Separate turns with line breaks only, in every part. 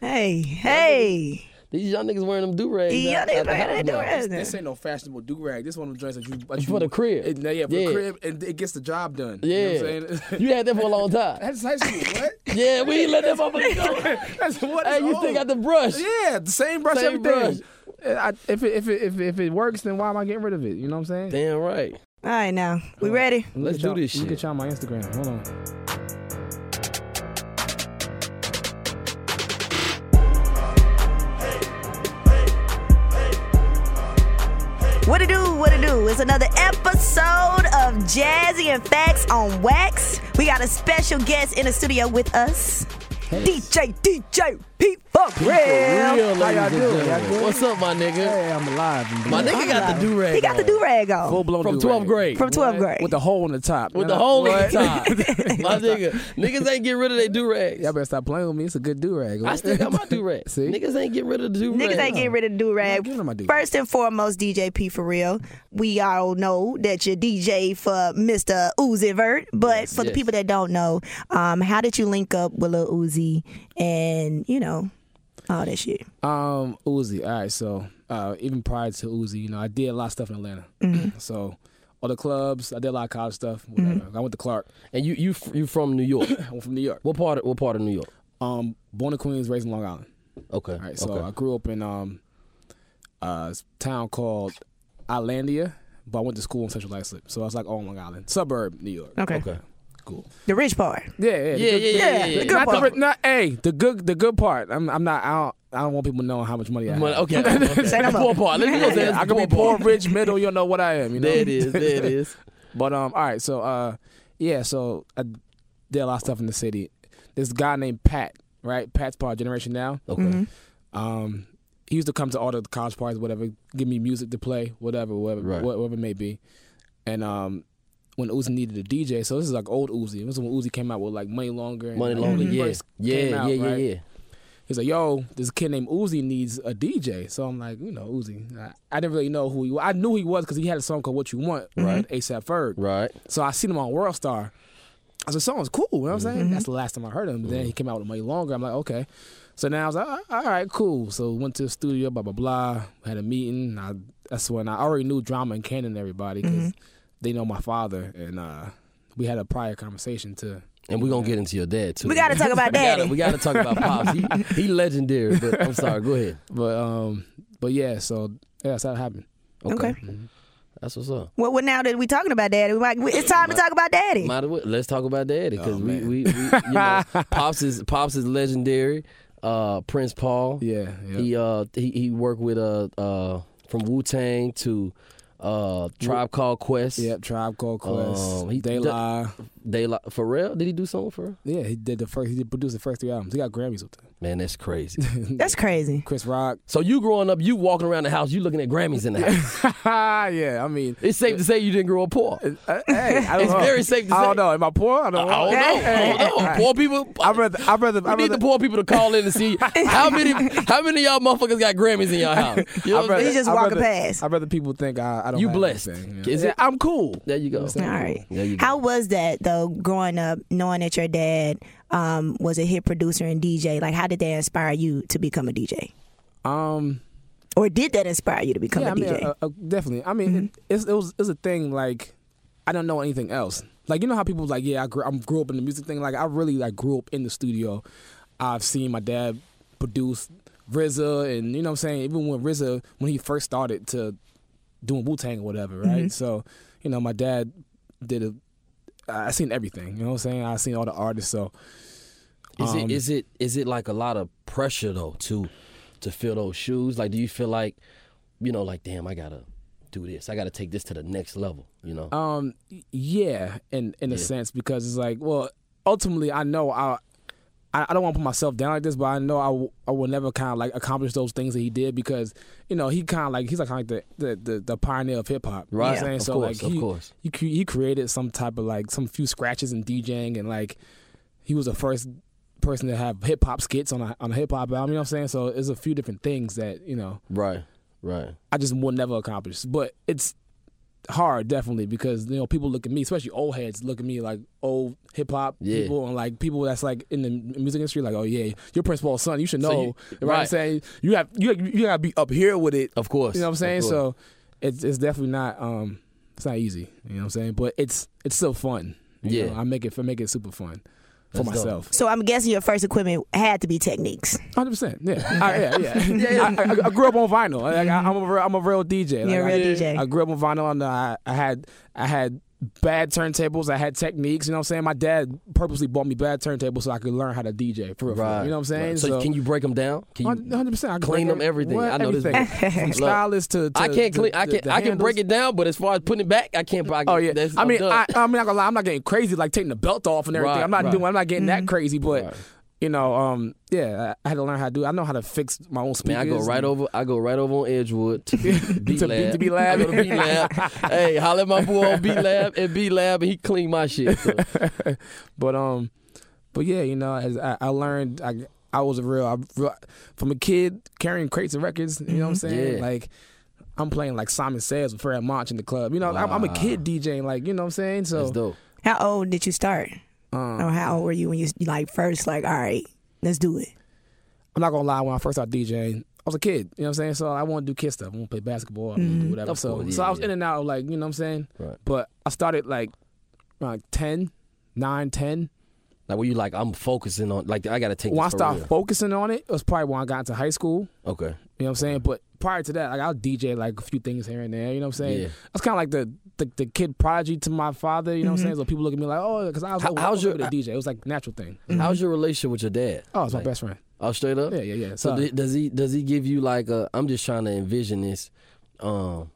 Hey, hey.
These young niggas wearing them do rags.
Yeah, they wearing they do-rags.
This ain't no fashionable do rag. This one of them joints that you, that you
For the crib.
It, yeah, for
Yeah.
the crib, and it gets the job done.
Yeah,
you, know what I'm saying?
you had that for a long time.
That's high school. What?
Yeah, we ain't let that motherfucker go.
That's what.
Hey,
it's
you
on.
still got the brush.
Yeah, the same brush,
Same
everything. I, if, it, if, it, if, it, if it works, then why am I getting rid of it? You know what I'm saying?
Damn right.
All right, now we ready?
Look
Let's
at
do
y'all-
this
Look
shit.
at y'all on my Instagram. Hold on.
What it do? What it do? It's another episode of Jazzy and Facts on Wax. We got a special guest in the studio with us, DJ DJ Pete for
For
real.
real,
How y'all
ladies and
doing? Y'all
gentlemen.
good?
What's up, my nigga?
Hey, I'm alive. I'm
My
good.
nigga got the do rag.
He got the do rag on.
Full blown
from
do-rag.
12th grade.
From 12th grade.
With the hole in the top.
with
Man,
the
I-
hole in the
what?
top. My nigga, niggas ain't get rid of their do rags.
Y'all better stop playing with me. It's a good do rag.
I still got my do rag.
See?
Niggas ain't get rid of the do rag.
Niggas ain't getting rid of the do
I'm giving them my
rag.
do-rag.
First and foremost, DJ P for real. We all know that you're DJ for Mr. Uzi Vert, but for the
yes.
people that don't know, um, how did you link up with Lil Uzi and you know all that shit?
Um, Uzi. All right, so uh, even prior to Uzi, you know, I did a lot of stuff in Atlanta. So all the clubs, I did a lot of college stuff. Whatever. I went to Clark.
And you you f- you from New York?
I'm from New York.
what part? Of, what part of New York?
Um, born in Queens, raised in Long Island.
Okay.
All right, so
okay.
I grew up in um, uh, s- town called Islandia, but I went to school in Central Islip, so I was like on Long Island, suburb New York.
Okay.
okay.
cool.
The rich part.
Yeah, yeah, the
Yeah,
good-
yeah, yeah, yeah, yeah.
the Not
Good
the,
part.
ri- not hey, the good, the good part. I'm, I'm not. I don't, I don't want people knowing how much money I have.
Money- Okay. okay.
Say no
The poor part. Let me go say
Yeah,
that's
I
the
could be
poor
poor,
part.
rich, middle. You don't know what I am. You know.
There it is. There it is.
But um, all right. So uh, yeah. So I did a lot of stuff in the city. This guy named Pat, right? Pat's part of Generation Now.
Okay.
Mm-hmm.
Um, he used to come to all the college parties, whatever, give me music to play, whatever, whatever,
Right.
wha- whatever it may be. And um, when Uzi needed a DJ, so this is like old Uzi. This is when Uzi came out with like Money Longer. and,
Money
like,
longer.
when he
Yeah.
first came
Yeah.
out,
Yeah.
right?
Yeah. Yeah.
He's like, yo, this kid named Uzi needs a DJ. So I'm like, you know, Uzi. I, I didn't really know who he was. I knew he was because he had a song called What You Want, right? ASAP Ferg.
Right.
So I seen him on World Star. I was like, song's cool. You know what I'm
Mm-hmm.
saying? That's the last time I heard him. But then he came out with Money Longer. I'm like, okay. So now I was like, all all right, cool. So went to the studio, blah, blah, blah. Had a meeting. I, that's when I already knew Drama and Cannon and everybody because
Mm-hmm.
they know my father. And uh, we had a prior conversation to.
And we're gonna get into your dad too.
We gotta talk about
We gotta-
daddy.
We gotta talk about pops. He, he legendary. But I'm sorry. Go ahead.
But um, but yeah, so yeah, that's how it happened.
Okay.
That's what's up.
Well, well, now that we talking about daddy, we might, it's time to talk about daddy.
Might as well- let's talk about daddy because
Oh,
we,
man.
we, we you know pops is pops is legendary. Uh, Prince Paul.
Yeah. yeah.
He uh he, he worked with uh uh from Wu Tang to uh Tribe Called Quest.
Yep, Tribe Called Quest.
Um, he-
De La.
They like Pharrell. Did he do something for real?
Yeah, he did the first. He did produce the first three albums. He got Grammys with them.
Man, that's crazy.
That's crazy.
Chris Rock.
so you growing up, you walking around the house, you looking at Grammys in the house.
yeah, I mean,
it's safe to say you didn't grow up poor. I
uh, hey, I don't
It's
know.
very safe to
I don't
say.
know. Am I poor? I
don't
don't
know.
know.
I don't know. Poor people. I
I'd rather. I'd rather.
we
I'd
need
rather,
the poor people to call in and see how many how many of y'all motherfuckers got Grammys in y'all house. You know
I'd
what I'm
rather
saying?
He's just
I'd
walking
rather-
past.
I'd rather people think I, I don't.
You
have
blessed.
anything,
Is
Yeah,
it-
I'm cool.
There you go.
All
All right.
There you go.
How was that though, growing up, knowing that your dad um, was a hit producer and DJ? Like, how did that inspire you to become a DJ,
Um.
or did that inspire you to become
Yeah,
a Mm-hmm.
I mean,
DJ?
uh, uh, definitely. I mean, it, it's, it was it's a thing. Like, I don't know anything else. Like, you know how people was like, yeah, I grew, I'm grew up in the music thing. Like, I really like grew up in the studio. I've seen my dad produce RZA, and you know what I'm saying. Even when RZA, when he first started to doing Wu Tang or whatever, right?
Mm-hmm.
So, you know, my dad did a. I I seen everything. You know what I'm saying. I seen all the artists. So,
Is
Um,
it is it is it like a lot of pressure though to to fill those shoes? Like, do you feel like you know, like, damn, I gotta do this. I gotta take this to the next level. You know,
Um, y- yeah, in in a
Yeah.
sense, because it's like, well, ultimately, I know I, I, I don't want to put myself down like this, but I know I, w- I will never kind of like accomplish those things that he did because you know he kind of like he's like kind of like the, the the the pioneer of hip hop, You know what I'm
Right.
saying?
Of
so
course,
like
of
he,
course.
he cre- he created some type of like some few scratches in DJing and like he was the first person to have hip hop skits on a on a hip hop album. You know what I'm saying? So it's a few different things that you know
right, right.
I just will never accomplish, but it's hard, definitely, because you know people look at me, especially old heads, look at me like old hip hop
Yeah.
people and like people that's like in the music industry, like oh yeah, you're Prince Paul's son, you should know.
So you-
you know what I'm
right.
saying you have you you gotta be up here with it.
Of course.
You know what I'm
of
saying?
course.
So it's it's definitely not um it's not easy. You know what I'm saying? But it's it's still fun. you
Yeah.
know? I make it I make it super fun for
That's dope.
myself.
So I'm guessing your first equipment had to be techniques.
Hundred percent, yeah, I, yeah, yeah. I, I, I grew up on vinyl. Like, I, I'm a real, I'm a real DJ. Like,
You're a
I,
real DJ.
I grew up on vinyl, and uh, I, I had I had bad turntables. I had techniques. You know what I'm saying? My dad purposely bought me bad turntables so I could learn how to DJ. For real, for real,
Right.
you know what I'm saying?
right. So, can you break them down? Can you?
Hundred percent.
clean them everything? I know this boy.
From
Look,
stylist to, to
I can't
to-
clean. I
to-
can.
to
I can break
handles.
it down, but as far as putting it back, I can't. I
Oh yeah.
That's,
I
I'm
mean,
done.
I, I'm not gonna lie. I'm not getting crazy like taking the belt off and everything.
Right,
I'm not
right. Mm-hmm.
doing. I'm not getting that crazy, but.
Right.
You know, um, yeah, I I had to learn how to do. it. I know how to fix my own
Man,
speakers.
I go right
and-
over. I go right over on Edgewood to B
To
Lab.
B- to B-Lab.
I go to B Lab. hey, holler at my boy on B Lab and B Lab, and he clean my shit. So.
But um, but yeah, you know, as I, I learned, I I was a real, I, real from a kid carrying crates and records. You know what I'm saying?
Mm-hmm. Yeah.
Like. I'm playing like Simon Says with Fred Monch in the club. You know, I'm, I'm a
Wow.
kid DJing, like you know what I'm saying.
That's
So,
dope.
How old did you start?
um,
Or how old were you when you like first like all right, let's do it.
I'm not gonna lie. When I first started DJing, I was a kid. You know what I'm saying? So I want to do kid stuff. I want to play basketball. I want to do whatever.
Of
so,
course,
so
yeah,
I was
yeah.
in and out, like you know what I'm saying.
Right.
But I started like around 10, 9, 10.
Like where you like, I'm focusing on. Like I gotta take.
When I
this for
started
real.
focusing on it, it was probably when I got into high school.
Okay.
You know what I'm saying? But prior to that, like I'll DJ like a few things here and there. You know what I'm saying?
Yeah.
That's kind of like the, the the kid prodigy to my father. You know what I'm saying? So people look at me like, oh, because I was
How-
over,
how's
how's your
your-
DJ? It was like a natural thing.
How's your relationship with your dad?
Oh, it's my
Like,
best friend.
Oh, straight up.
Yeah, yeah, yeah.
So
So,
th- does he does he give you like a? I'm just trying to envision this. Um,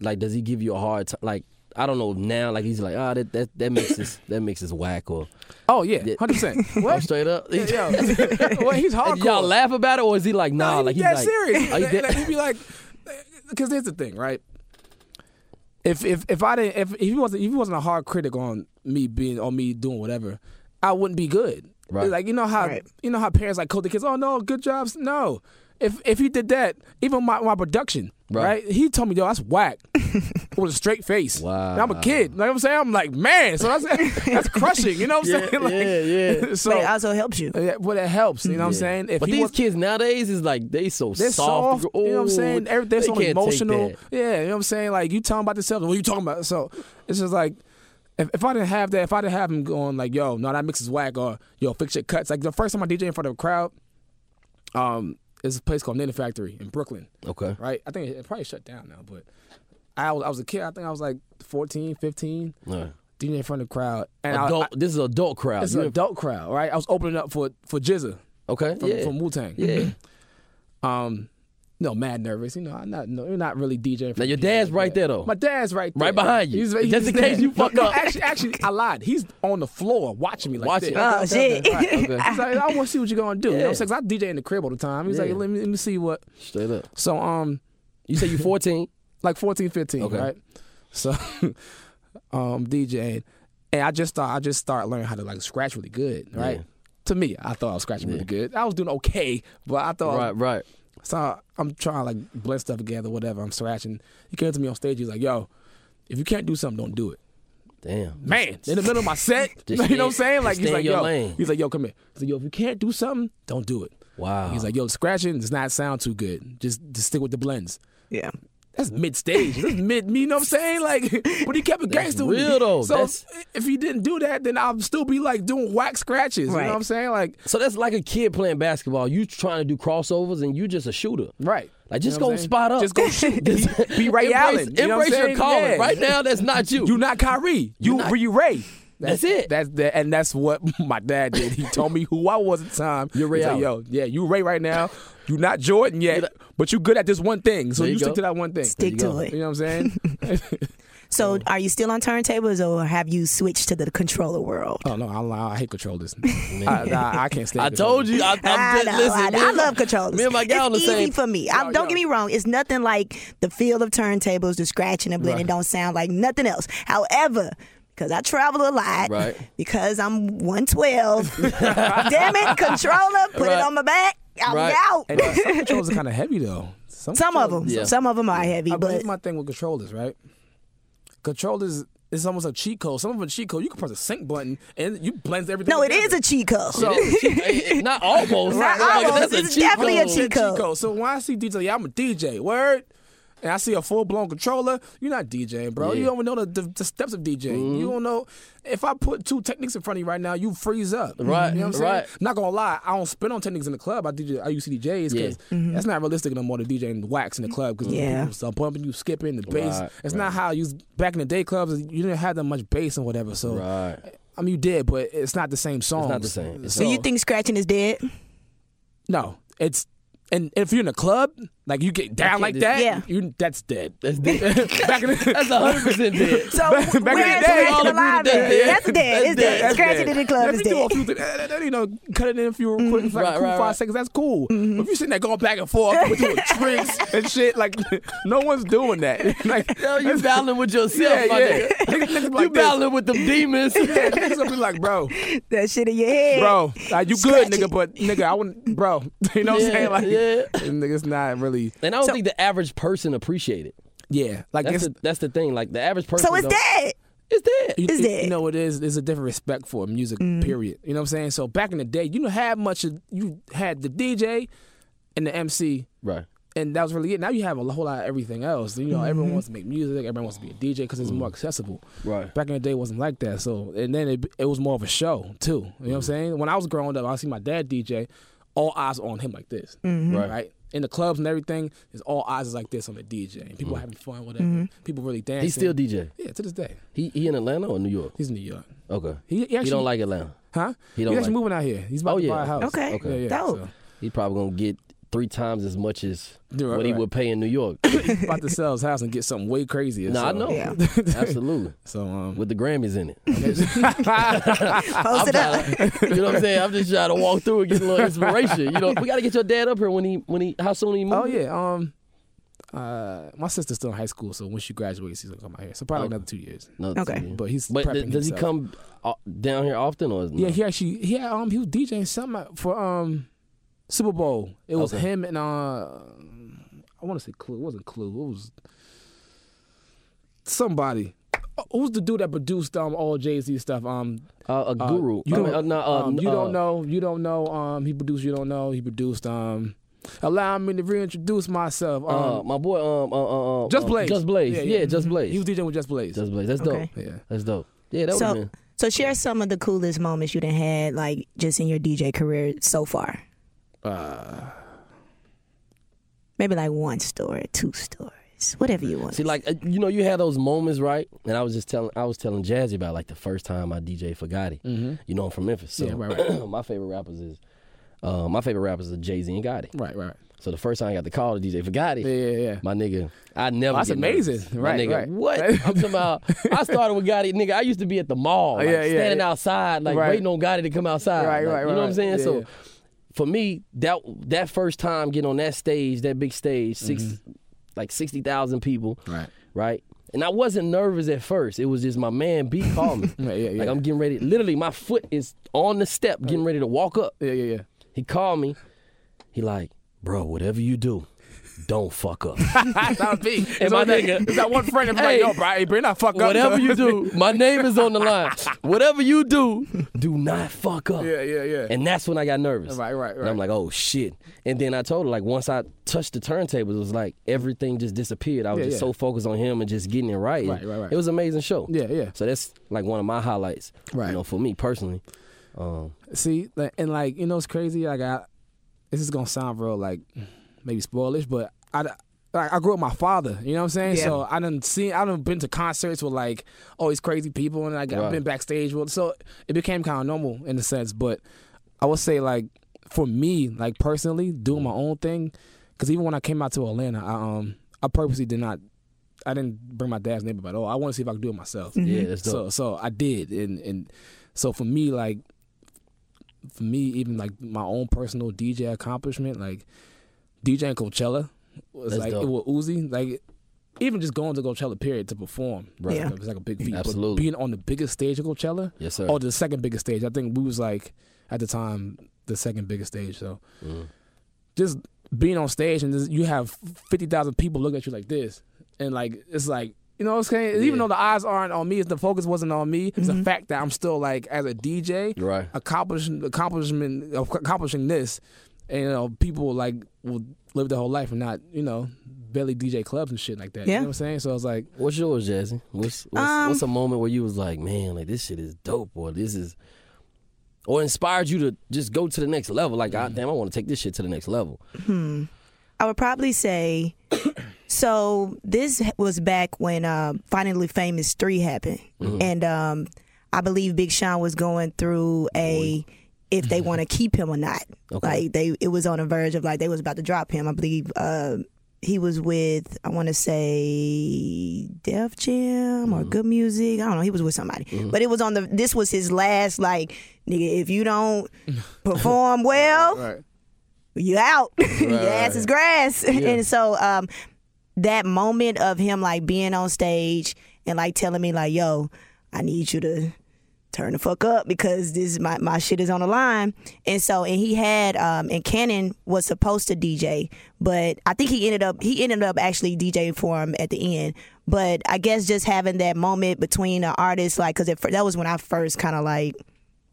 like does he give you a hard time? Like I don't know now. Like he's like, ah, that that that makes this that makes this whack or
oh yeah,
Yeah.
hundred percent.
oh,
What?
straight up.
Yo, well, he's
And
hardcore.
y'all laugh about it or is he like, nah?
Nah,
like
he
he's
be dead
like,
serious.
Are you
Like,
dead?
like, he'd be like, because here's the thing, right? If if if I didn't if, if he wasn't if he wasn't a hard critic on me being on me doing whatever, I wouldn't be good.
Right.
Like you know how
Right.
you know how parents like code the kids. Oh no, good jobs. No. If if he did that, even my, my production,
Right.
right. He told me, yo, that's whack. With a straight face.
Wow.
And I'm a kid. Like I'm saying, I'm like, man. So that's that's crushing. You know what I'm
Yeah,
saying? Like,
yeah, yeah.
But
So Uh,
it also helps you.
yeah, but it helps. You know what I'm
Yeah.
saying? If
but
he
these
was,
kids nowadays is like they so
they're
soft.
soft. you know what I'm saying? Every- They're
They
so
can't take
emotional.
that.
Yeah, you know what I'm saying? Like you talking about yourself. What you talking about? So it's just like if, if I didn't have that, if I didn't have him going like, yo, no, that mix is whack or yo, fix your cuts. Like the first time I DJ in front of a crowd, um, is a place called Ninja Factory in Brooklyn,
Okay.
right? I think it, it probably shut down now, but I was I was a kid, I think I was like 14, 15,
All right.
DJ in front of the crowd. And I-
Adult.
I,
this is an adult crowd.
it's
You
an
in-
adult crowd, right? I was opening up for for Jizza
okay.
from,
yeah.
from Wu Tang.
yeah.
Um, no, mad nervous. You know, I'm not. No, you're not really DJing. for
Now your
people
dad's
like
right
that.
there though.
My dad's right there.
Right behind you. Just in case
there.
you fuck
No, no,
up.
Actually, actually, I lied. He's on the floor watching me like
Watching.
this.
Oh shit.
okay.
He's like, I want to see what you're gonna do. You know
Yeah.
what I'm saying? 'Cause I DJ in the crib all the time. He's
Yeah.
like, let me, let me see what.
Straight up.
So, um,
You say you 14.
like 14, 15,
Okay.
right? So, um, DJing, and I just thought I just started learning how to like scratch really good, right?
Yeah.
To me, I thought I was scratching really good. I was doing okay, but I thought
right. Right.
So I'm trying to like blend stuff together, whatever. I'm scratching. He came to me on stage. He's like, "Yo, if you can't do something, don't do it."
Damn.
Man, in the middle of my set, you
Just
know what I'm
stay-
saying?
just
Like
stay
he's
in
like,
your
"Yo,"
lane.
he's like, "Yo, come here." He's like, "Yo, if you can't do something, don't do it."
Wow.
He's like, "Yo, scratching is not sound too good. Just just stick with the blends."
Yeah.
That's mid stage. That's mid. You know what I'm saying? Like, but he kept it
That's
gangster. with me.
real, though.
So
That's-
if he didn't do that, then I'd still be like doing whack scratches. You
Right.
know what I'm saying? Like,
So that's like a kid playing basketball. You trying to do crossovers and you just a shooter.
right.
Like just
You know what
go
I'm saying?
spot up.
Just go shoot. Be, be Ray
embrace,
Allen. You know
embrace
what
your
I'm saying?
calling.
Yeah.
Right now, that's not you.
You not Kyrie. You
not-
you Ray.
That's it.
That's that, and that's what my dad did. He told me who I was at the time.
You're Ray
He's like,
Allen.
Yo, yeah, you Ray right now. You not Jordan yet,
You're not-
but you good at this one thing. So
There
you,
you
stick
go.
to that one thing.
Stick
There you
to
go.
it.
You know what I'm saying?
So are you still on turntables or have you switched to the controller world?
oh no, I, lie. I hate controllers. I, I, I can't stand.
I told you. I, I'm
I,
just,
know,
listen,
I,
me
know. I
and my-
love controllers.
Me and my gal on
it's
the
easy
same.
for me. I,
Yo,
don't
yo.
get me wrong. It's nothing like the feel of turntables, the scratching and blending. Don't sound like nothing else. However, because I travel a lot,
Right.
because I'm 112. damn it, controller, put it
Right.
on my back. I'm
Right.
out.
And then some controllers are kind of heavy though.
Some of them,
Yeah.
some of them are heavy,
I,
but
here's my thing with controllers, right? Control is it's almost a cheat code. Some of them cheat code. You can press a sync button and you blends everything.
No, it
together.
is a cheat code.
So, eh, not almost.
Not
Like,
almost.
that's a
It's
cheat
definitely a
code.
cheat
Cheat
code.
code. So when I see DJ, yeah, I'm a DJ. Word. And I see a full blown controller. You're not DJing, bro. You
Yeah. Mm-hmm.
don't even know the, the, the steps of DJing. You don't know. If I put two techniques in front of you right now, you freeze up.
Right,
You know what I'm saying?
right.
Not gonna lie, I don't spin on techniques in the club. I DJ. I use CDJs because
Yeah. Mm-hmm.
that's not realistic no more. To DJ and wax in the club because
Yeah.
people start bumping you, skipping the bass.
Right,
it's
right.
not how you used back in the day clubs. You didn't have that much bass and whatever. So
Right.
I mean, you did, but it's not the same song.
the same. It's
Do you think scratching is dead?
No, it's and if you're in a club, like you get down
can't
like
just-
that,
Yeah.
you that's dead.
That's dead.
Back in the,
That's hundred percent dead.
So
Back in the
we're
day, we
all
scratching alive.
agreed
then.
that-
That's dead. It's
That's
dead.
dead.
Scratching in the club
Let
is
me do a
dead. Mm-hmm.
few things. eh, eh, eh, You know, cut it in if you were quick, it's like
Right,
cool
right,
five
right.
seconds. That's cool. But if you're sitting there going back and forth, we're doing tricks and shit, like no one's doing that. like,
Yo, you battling with yourself,
yeah,
my nigga.
yeah. Niggas- niggas
You
like this.
battling with them demons.
Yeah, niggas gonna be like, bro,
That shit in your head.
bro, uh, you
Scratch
good, nigga,
it.
but nigga, I wouldn't, bro. You know what
Yeah,
I'm saying? Like,
yeah.
niggas not really,
And I don't
So-
think the average person appreciate it.
yeah. Like,
That's
it's,
the, that's the thing. Like the average person.
So it's
don't-
dead.
It's dead.
You-
Is
you-
that-
You know, it is. There's a different respect for music, period. You know what I'm saying? So back in the day, you didn't have much. Of, you had the DJ and the MC,
Right.
and that was really it. Now you have a whole lot of everything else. You know, everyone wants to make music. Everyone wants to be a DJ because it's more accessible.
Right.
Back in the day, it wasn't like that. So, and then it, it was more of a show too. You know what I'm saying? When I was growing up, I see my dad DJ, all eyes on him like this,
Right.
right? In the clubs and everything, it's all eyes is like this on the DJ. And people having fun, whatever. People really dancing.
He's still DJ.
yeah, to this day,
He he in Atlanta or New York?
he's in New York.
Okay.
He, he actually
He don't like Atlanta.
Huh?
He don't
He's actually
like-
moving out here. He's about
Oh,
to
yeah.
buy a house.
Okay.
Okay.
Yeah, yeah,
Dope.
He probably gonna get three times as much as
Yeah, right,
what he
right.
would pay in New York.
So he's about to sell his house and get something way crazier.
no,
so.
I know.
Yeah.
Absolutely.
So um,
With the Grammys in it.
Post it up.
trying to- you know what I'm saying? I'm just trying to walk through and get a little inspiration. You know, we gotta get your dad up here when he when he how soon he moves.
oh yeah. Um, uh, my sister's still in high school, so when she graduates, she's gonna come out here. So probably
Okay.
another two years.
No,
Okay.
yeah.
But he's
But
prepping
th- does he
himself.
come uh, down here often or? Is
Yeah, he actually he had, um he was DJing something at- for um Super Bowl. It was
Okay.
him and uh I want to say Clue. It wasn't Clue. It was somebody. Uh, Who's the dude that produced um all Jay Z stuff? Um,
uh, a
Uh,
guru.
You
I
don't,
mean, uh, no, uh,
um, you
uh,
don't know. You don't know. Um, he produced. You don't know. He produced. Um, allow me to reintroduce myself. Um,
uh, my boy. Um, uh, uh, uh,
Just
uh,
Blaze.
Just Blaze.
Yeah,
Yeah,
yeah. Mm-hmm.
Just Blaze.
he was DJing with Just Blaze.
Just Blaze. That's dope.
Okay.
yeah.
That's dope. Yeah, that was
So, so share some of the coolest moments you done had, like just in your DJ career so far.
Uh,
Maybe
Mm-hmm.
like one story, two stories, whatever you want.
See, like uh, you know, you had those moments, right? And I was just telling, I was telling Jazzy about like the first time I DJ for Gotti. You know, I'm from Memphis, so
Yeah, right, right.
my favorite rappers is, uh, my favorite rappers are Jay Z and Gotti.
right. Right. Right.
So the first time I got the call to DJ for Gotti,
Yeah. Yeah. yeah.
My nigga, I never.
That's
get
amazing.
nervous.
Right,
my nigga,
right.
what? I'm talking about. I started with Gotti, nigga. I used to be at the mall, like,
Yeah, yeah,
standing
yeah.
outside, like
Right.
waiting on Gotti to come outside.
Right,
like,
right,
You know what I'm
right.
saying?
Yeah,
so,
yeah.
for me, that that first time getting on that stage, that big stage, 6
Mm-hmm.
like sixty thousand people,
Right.
right? And I wasn't nervous at first. It was just my man B called me.
Yeah, yeah,
Like
yeah.
I'm getting ready. Literally, my foot is on the step, getting ready to walk up.
Yeah. Yeah. Yeah.
He called me. He like, bro, whatever you do, don't fuck up.
Not me. It's
And my
only-
nigga-
it's that one friend. that's
Hey.
like, yo, bro, hey, bring that fuck up.
Whatever you do, my name is on the line. Whatever you do, do not fuck up.
Yeah, yeah, yeah.
And that's when I got nervous.
Right, right,
And I'm
right.
like, oh shit. And then I told her, like, once I touched the turntables, it was like everything just disappeared. I was
Yeah,
just
yeah.
so focused on him and just getting it right.
Right, right, right.
It was an amazing show.
Yeah, yeah.
So that's like one of my highlights.
Right.
You know, for me personally. Um,
See, like, and like you know, it's crazy. Like I, this is gonna sound real like maybe spoilish, but I. Like I grew up with my father, you know what I'm saying.
Yeah.
So I done seen, I done been to concerts with like all these crazy people, and like I've
Right.
been backstage with. So it became kind of normal in a sense. But I would say like for me, like personally, doing my own thing, because even when I came out to Atlanta, I um I purposely did not, I didn't bring my dad's name up at all. I want to see if I could do it myself.
Yeah, that's dope.
Mm-hmm. So so I did, and and so for me, like for me, even like my own personal DJ accomplishment, like DJing Coachella was
That's
like
dope.
it was Uzi, like even just going to Coachella period to perform,
Right.
It's like, it's like a big feat. But
Absolutely.
being on the biggest stage of Coachella,
yes, sir.
or the second biggest stage, I think we was like at the time the second biggest stage. So
Mhm.
just being on stage and just, you have fifty thousand people looking at you like this, and like it's like You know what I'm saying?
Yeah.
Even though the eyes aren't on me, if the focus wasn't on me, it's the fact that I'm still like as a DJ,
Right.
accomplishing accomplishment accomplishing this, and you know people like will live their whole life and not you know barely DJ clubs and shit like that. You
Yeah.
know what I'm saying? So I was like,
What's yours, Jazzy? What's what's, what's a moment where you was like, man, like this shit is dope, or this is, or inspired you to just go to the next level? Like, God damn, I want to take this shit to the next level.
I would probably say. so this was back when um, Finally Famous Three happened,
Mm-hmm.
and um, I believe Big Sean was going through a if they want to keep him or not. Like they, it was on the verge of like they was about to drop him. I believe uh, he was with I want to say Def Jam or Good Music. I don't know. He was with somebody, but it was on the. This was his last like nigga. If you don't perform well
right.
you out. Your ass is grass. And so um, that moment of him like being on stage and like telling me like, yo, I need you to turn the fuck up because this my, my shit is on the line. And so and he had um and Cannon was supposed to DJ, but I think he ended up he ended up actually DJing for him at the end. But I guess just having that moment between the artists, like, cause at fir- that was when I first kind of like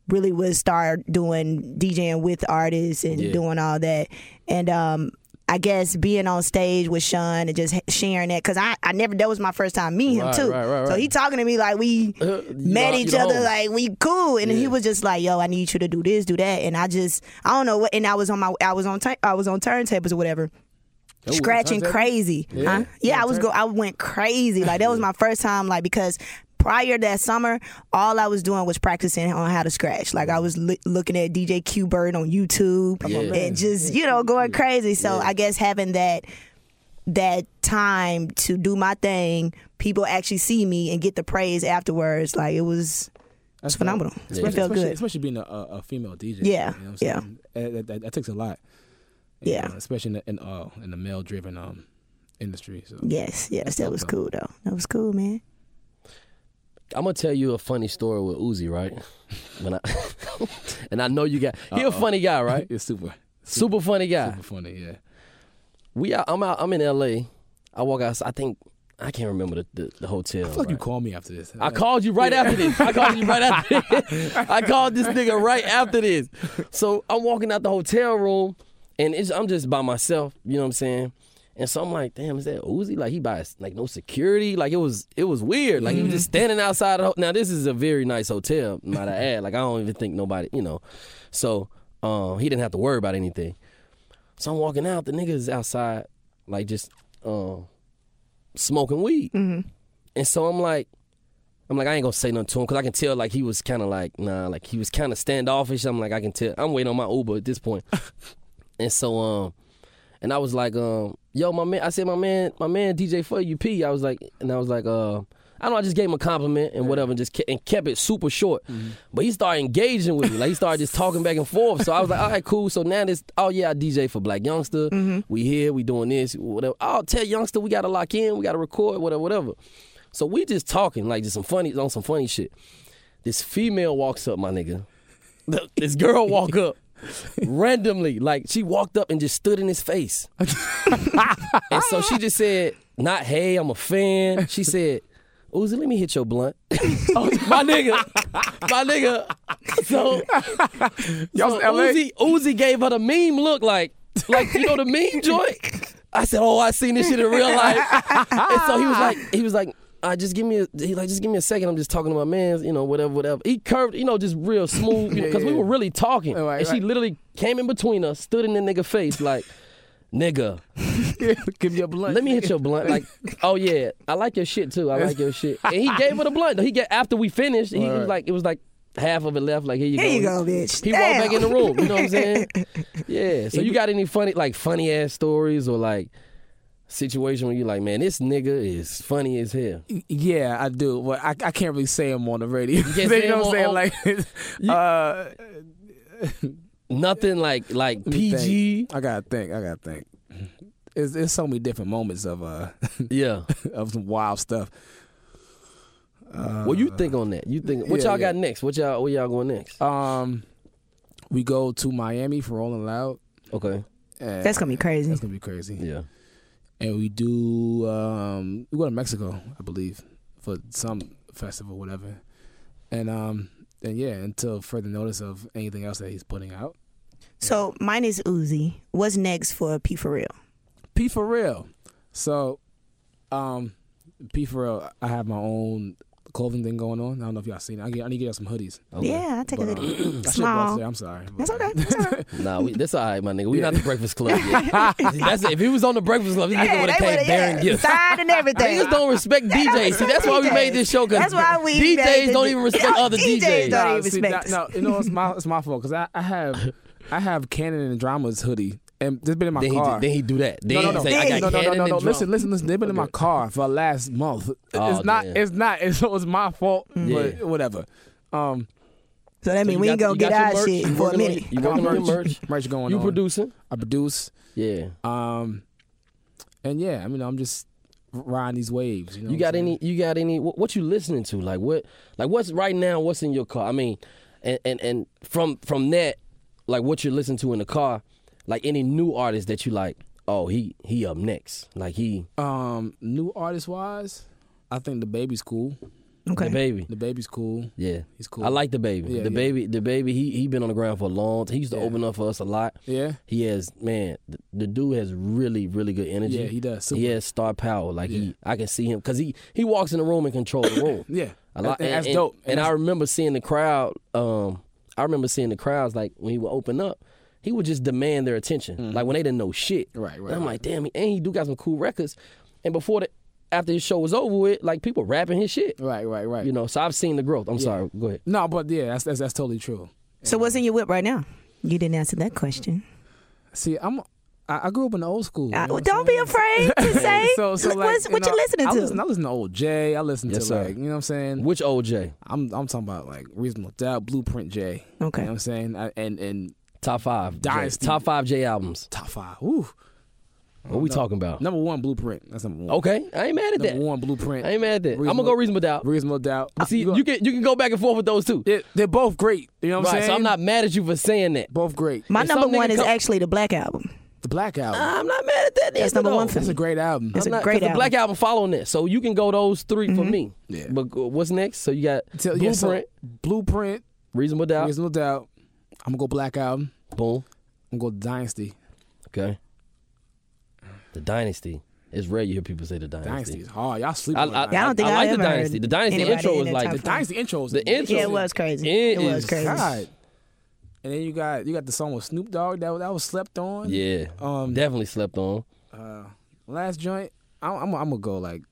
really would start doing DJing with artists and
Yeah.
doing all that. And um, I guess being on stage with Sean and just ha- sharing that because I, I never that was my first time meeting
Right,
him too.
right, right,
So
right.
he talking to me like we
Uh, you
met
the- you
each
the
other
homie.
like we cool. And he
Yeah.
was just like, yo, I need you to do this, do that. And I just I don't know what. And I was on my I was on tu- I was on turntables or whatever scratching
turntable?
crazy. Oh, Yeah, huh? yeah I was go. I went crazy. Like that was my first time. Like because prior that summer, all I was doing was practicing on how to scratch. Like I was li- looking at DJ Q Bird on YouTube
Yeah.
and just you know going crazy. So I guess having that that time to do my thing, people actually see me and get the praise afterwards. Like it was.
That's
It's phenomenal.
Yeah.
It felt
especially,
good.
especially being a, a, a female DJ.
Yeah,
you know what
yeah.
I'm saying? That, that, that takes a lot. you
Yeah.
know, especially in the, in, uh, in the male driven um industry. So
Yes, yes, that was
awesome.
cool though. That was cool, man.
I'm gonna tell you a funny story with Uzi, right? When I and I know you got he a funny guy, right?
it's super
Super funny guy.
super funny. Yeah,
We out, I'm out. I'm in L.A. I walk out. I think I can't remember the the, the hotel.
I feel like you
right?
call me after this.
I called you right after this. I called you right after this. I called this nigga right after this. So I'm walking out the hotel room and it's, I'm just by myself, you know what I'm saying? And so I'm like, damn, is that Uzi? Like he buys like no security. Like it was it was weird. Like he was just standing outside. The ho- now this is a very nice hotel, might I add. Like I don't even think nobody, you know. So um, he didn't have to worry about anything. So I'm walking out. The niggas outside, like just um, smoking weed. And so I'm like, I'm like, I ain't gonna say nothing to him because I can tell like he was kind of like, nah, like he was kind of standoffish. I'm like, I can tell. I'm waiting on my Uber at this point. and so um, and I was like, um, yo, my man, I said, my man, my man, DJ for you, P. I was like, and I was like, uh, I don't know, I just gave him a compliment and whatever, and just kept, and kept it super short. But he started engaging with me, like he started just talking back and forth. So I was like, all right, cool. So now this, oh yeah, I DJ for Black Youngster. We here, we doing this, whatever. I'll tell Youngster we gotta lock in, we gotta record, whatever, whatever. So we just talking like just some funny on some funny shit. This female walks up, my nigga. This girl walk up randomly, like she walked up and just stood in his face. and so she just said, "Not hey, I'm a fan." She said, "Uzi, let me hit your blunt." my nigga, my nigga. So so
Y'all in LA?
Uzi, Uzi gave her the meme look, like, like you know the meme joint. I said, "Oh, I seen this shit in real life." and so he was
Ah.
like, he was like, "I just give me, a, he like, just give me a second. I'm just talking to my man, you know, whatever, whatever." He curved, you know, just real smooth, because we were really talking,
Right,
and she
right.
literally came in between us, stood in the nigga face, like, "Nigga,
give me a blunt.
let me hit your blunt." Like, "Oh yeah, I like your shit too. I like your shit." And he gave her the blunt. though. He get after we finished, he was
Right.
like, it was like. Half of it left, like here you
Here you
go.
go, bitch.
He
Damn.
rolled back in the room. You know what I'm saying? Yeah. So you got any funny, like funny ass stories or like situation where you like, man, this nigga is funny as hell.
Yeah, I do. Well, I, I can't really say them on the radio. You,
can't say
know
'em
what I'm saying?
on-
Like, uh,
Nothing like like
let me
PG.
think. I gotta think. I gotta think. It's, it's so many different moments of uh
Yeah.
of some wild stuff.
Well, you think on that. You think what
yeah,
y'all
yeah.
got next? What y'all where y'all going next?
Um, we go to Miami for Rolling Loud.
Okay.
And
That's gonna be crazy.
that's gonna be crazy.
Yeah.
and we do um, we go to Mexico, I believe, for some festival, whatever. And um, and yeah, until further notice of anything else that he's putting out.
So mine is Uzi. What's next for P for real?
P for real. So, um, P for real. I have my own clothing thing going on. I don't know if y'all seen it. I, get, I need to get y'all some hoodies.
Yeah, I take
But,
a
um, I
uh,
hoodie.
should brought
Small.
today. I'm sorry.
That's okay. That's all right.
Nah, we, that's all right, my nigga. We not the Breakfast Club. Yet. That's it. If he was on the Breakfast Club, this nigga
Yeah,
would have
they
came
would
bearing
have yeah,
gifts.
signed and everything.
Niggas don't respect DJs. See, that's why we
DJs.
made this show. Cause
That's why we made
DJs
this-
don't even respect
Yeah,
other DJs.
DJs don't-
Nah,
even
see,
respect
nah,
us.
no, you know it's my it's my fault because I, I have I have Cannon and Drama's hoodie and it's been in my
Then he,
car.
do- then he do that. Then
no, no,
he
no,
say, I got
no, no, no,
cannon
no,
and
no.
drum.
Listen, listen, listen. They've been in my car for last month.
Oh,
it's not.
damn.
It's not. It's, so it's my fault.
Yeah.
But whatever. Um,
So that means
You
we
got-
ain't gonna
you
get
got your
our
merch?
shit for
You
a
working on-
minute.
You
I got
working on your merch?
merch going
You
on.
producing?
I produce.
Yeah.
Um, and yeah, I mean, I'm just riding these waves. You, know
You
what
got
I'm saying?
any? You got any? What, what you listening to? Like what? Like what's right now? What's in your car? I mean, and and and from from that, like what you listen to in the car, like any new artist that you like. Oh, he he up next. Like he
Um, new artist wise, I think the baby's cool.
the baby.
The baby's cool.
Yeah,
He's cool.
I like the baby.
Yeah,
the
yeah.
baby. The baby. He he been on the ground for a long. time. He used to
Yeah.
open up for us a lot.
Yeah.
He has man. The, the dude has really really good energy.
Yeah, he does. Super.
He has star power. Like he, I can see him because he he walks in the room and control the room.
Yeah.
A lot,
And
and,
that's
and-
dope.
And, I remember seeing the crowd. Um, I remember seeing the crowds like when he would open up, he would just demand their attention, like when they didn't know shit.
Mm-hmm. Right, right,
And I'm
right.
like, damn, and he do got some cool records. And before the after his show was over with, like people rapping his shit.
Right, right, right.
You know, so I've seen the growth. I'm sorry, go ahead.
No, but yeah, that's that's, that's totally true.
So what's in your whip right now? You didn't answer that question.
See, I'm I, I grew up in the old school.
Uh,
you know what I'm
don't be
saying?
afraid to say
like,
what's, what
know,
you listening
I
to.
Listen, I listen to old Jay. I listen
Yes,
to
sir.
like you know what I'm saying.
Which OJ?
I'm I'm talking about like reasonable doubt, Blueprint Jay.
Okay.
you know what I'm saying. I, and and
Top five.
Dynasty.
J, top five J albums.
top five. Ooh,
What we talking about?
number one Blueprint. That's number one.
Okay, I ain't mad at
number
that.
one Blueprint.
I ain't mad at that. I'm
Reasonable-
gonna go reasonable doubt.
Reasonable doubt.
But see, you can you can go back and forth with those two.
they're, they're both great. You know what
right,
I'm saying?
so I'm not mad at you for saying that.
both great.
My Ah.
if
number
some nigga
one is
come-
actually the Black Album.
the Black Album.
I'm not mad at that.
That's
neither,
number one
though.
for
That's a great album.
It's a
Not-
great album.
'cause
Mm-hmm.
The Black Album following that, so you can go those 3 for me.
Yeah.
But uh, what's next? So you got
Tell-
Blueprint,
yeah, so Blueprint.
Reasonable Doubt,
Reasonable doubt. I'm gonna go Black Album.
boom.
I'm gonna go Dynasty.
Okay. The Dynasty. It's rare you hear people say the Dynasty.
Dynasty is hard. Y'all sleep.
I,
on
I,
Dynasty.
Yeah, I don't think
I like
I
the
ever
Dynasty.
heard
The Dynasty
anybody
intro
in
was
their
like
top
the
five.
Dynasty intros.
The intro-
Yeah, it was crazy.
It
It, was
is
crazy.
God. And then you got you got the song with Snoop Dogg that that was slept on.
yeah.
Um,
definitely slept on.
Uh, last joint. I'm, I'm I'm gonna go like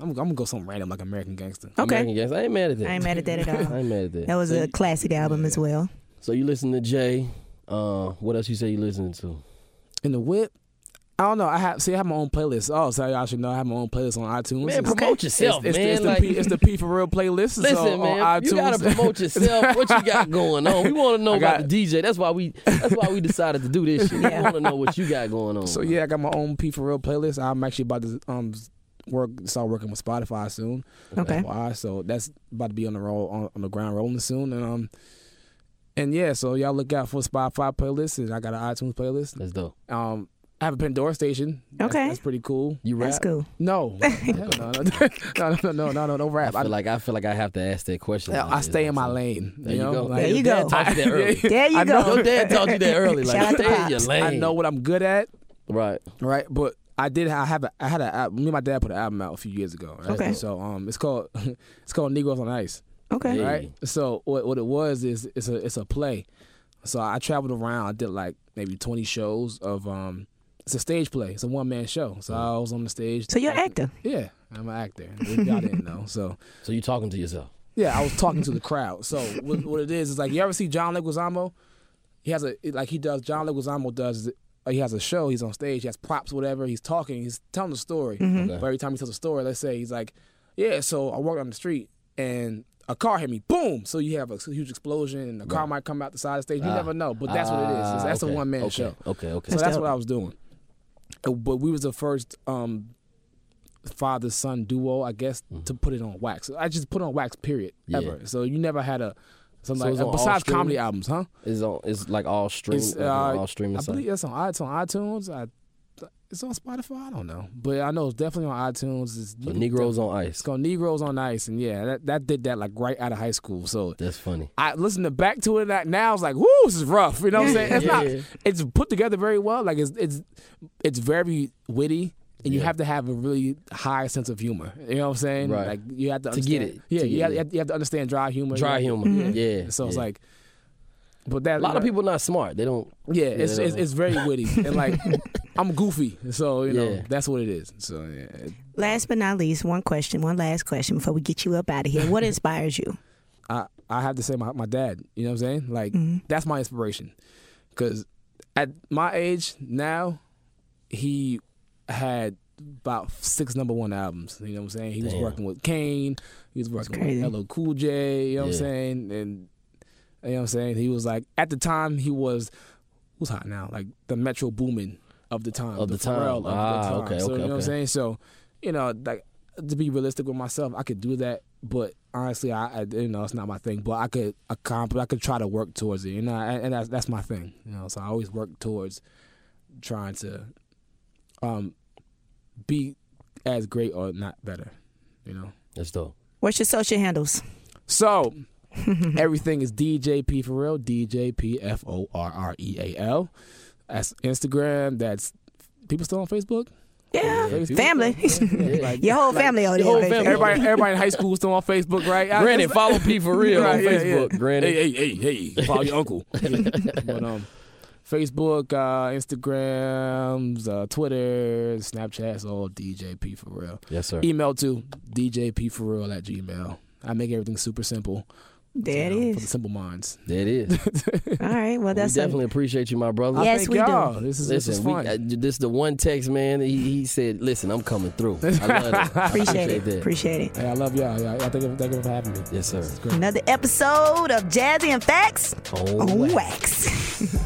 I'm, I'm gonna go something random like American Gangster.
American
Okay,
Gangster. I ain't mad at that.
I ain't mad at that at
I
all.
ain't mad at that.
That was
so,
a
you-
classic album as well.
so you listen to Jay. Uh, what else you say you listening to?
In the whip. I don't know. I have see. I have my own playlist. Oh, so y'all should know. I have my own playlist on iTunes.
Man,
It's-
promote yourself,
it's,
man.
It's, the,
like,
it's, the P, it's the P for real playlist. It's
Listen,
on,
man,
on iTunes.
you gotta promote yourself. What you got going on? We want to know
I
about
got-
the DJ. That's why we. That's why we decided to do this shit. We
Yeah.
want to know what you got going on.
So yeah, I got my own P for real playlist. I'm actually about to um work start working with Spotify soon.
Okay.
FYI, so that's about to be on the roll on, on the ground rolling soon, and um and yeah, so y'all look out for Spotify playlist. And I got an iTunes playlist.
that's dope.
Um, I have a Pandora station. That's,
Okay.
that's pretty cool.
You rap?
That's cool.
No, no, no, no, no, no, no, no, don't rap.
I
I,
feel like I feel like I have to ask that question.
I,
like this,
stay in my
so-
lane.
There
you
you
know,
go.
Like,
There you
Your
go.
dad taught you that early.
There you
I
go.
know-
Your dad taught you that early. Like
Shout out to
stay in your
Pops.
lane.
I know what I'm good at,
Right.
right? But I did. I have. A, I had a. Me and my dad put an album out a few years ago. Right?
Okay.
So um, it's called it's called Negroes on Ice.
Okay.
Yeah.
right? So what what it was is it's a it's a play. So I traveled around. I did like maybe twenty shows of um. It's a stage play. It's a one man show. So I was on the stage.
So you're an actor.
Yeah, I'm an actor. Y'all didn't know. So
So you talking to yourself?
yeah, I was talking to the crowd. So what, what it is is like you ever see John Leguizamo? He has a like he does. John Leguizamo does. He has a show. He's on stage. He has props. Whatever. He's talking. He's telling the story.
Mm-hmm.
Okay.
But every time he tells a story, let's say he's like, "Yeah, so I walked down the street and a car hit me. Boom!" So you have a huge explosion, and the car might come out the side of the stage. You
Ah.
never know. But that's what it is.
Ah,
It's- That's
okay.
a one man
okay.
show.
Okay. Okay.
So that's what I was doing. Uh, But we was the first um, father son duo, I guess, to put it on wax. I just put on wax, period.
Mm-hmm. Yeah.
Ever. So you never had a
So
something
it's
like,
on
besides
all
comedy
streaming?
albums, huh?
It's on. It's like all stream.
It's,
like on
uh,
all streaming.
I
sites.
believe that's on, it's on iTunes. I it's on Spotify. I don't know, but I know it's definitely on iTunes. It's
So Negroes on Ice.
It's called Negroes on Ice, and yeah, that, that did that like right out of high school. So
That's funny.
I listened to back to it that now. It's like, whoo, this is rough. You know what I'm saying? It's
Yeah.
not. It's put together very well. Like it's it's it's very witty, and you have to have a really high sense of humor. You know what I'm saying?
Right.
Like you have to
To get
understand,
it.
Yeah,
To
you,
get
have,
it.
you have- you have to understand dry humor.
Dry
You know?
humor. Yeah.
mm-hmm. So it's
yeah.
like, but that
a lot of people not smart. They don't.
Yeah, it's,
Yeah.
it's it's very witty, and like I'm goofy, so you know
Yeah.
that's what it is. So yeah.
Last but not least, one question, one last question before we get you up out of here. What inspires you?
I I have to say my my dad. You know what I'm saying? Like that's my inspiration, because at my age now, he had about six number one albums. You know what I'm saying? He was
Damn.
working with Kane. He was working
crazy.
with LL Cool J. You know what I'm
Yeah.
saying? And you know what I'm saying? He was like at the time he was who's hot now? Like the Metro Boomin of the time.
Of the time.
Pharrell of
Ah,
the time.
okay,
so
okay,
you know what I'm
okay.
saying? So, you know, like to be realistic with myself, I could do that, but honestly, I, I you know it's not my thing. But I could accomplish. I could try to work towards it. You know, and, and that's that's my thing. You know, so I always work towards trying to um be as great or not better. You know.
That's dope.
What's your social handles?
So everything is DJP for real. DJP F O R R E A L. That's Instagram. That's people still on Facebook.
Yeah,
Facebook?
family.
Yeah, like-
your whole family over
your
there.
whole
baby.
family.
everybody, everybody in high school is still on Facebook, right? I-
Granted, follow P for real
Right,
on
yeah,
Facebook.
yeah.
Granted.
Hey, hey, hey, hey! Follow your uncle. but um, Facebook, uh, Instagrams, uh, Twitter, Snapchats, all DJP for real.
Yes, sir.
Email to DJP for real at Gmail. I make everything super simple.
There it
you know, for the
is.
simple minds.
There it is.
All right. Well, that's
we
a,
definitely appreciate you, my brother.
Yes,
Thank
we do.
y'all. Ah, This is this is
Listen, we,
fun.
uh, this the one text man. He, he said, "Listen, I'm coming through. I love it. I
appreciate it.
that.
Appreciate it.
hey, I love y'all. y'all. Y'all, Thank you, thank you for having me.
Yes, sir.
Another episode of Jazzy and Facts
Oh,
on
wax.
Wax.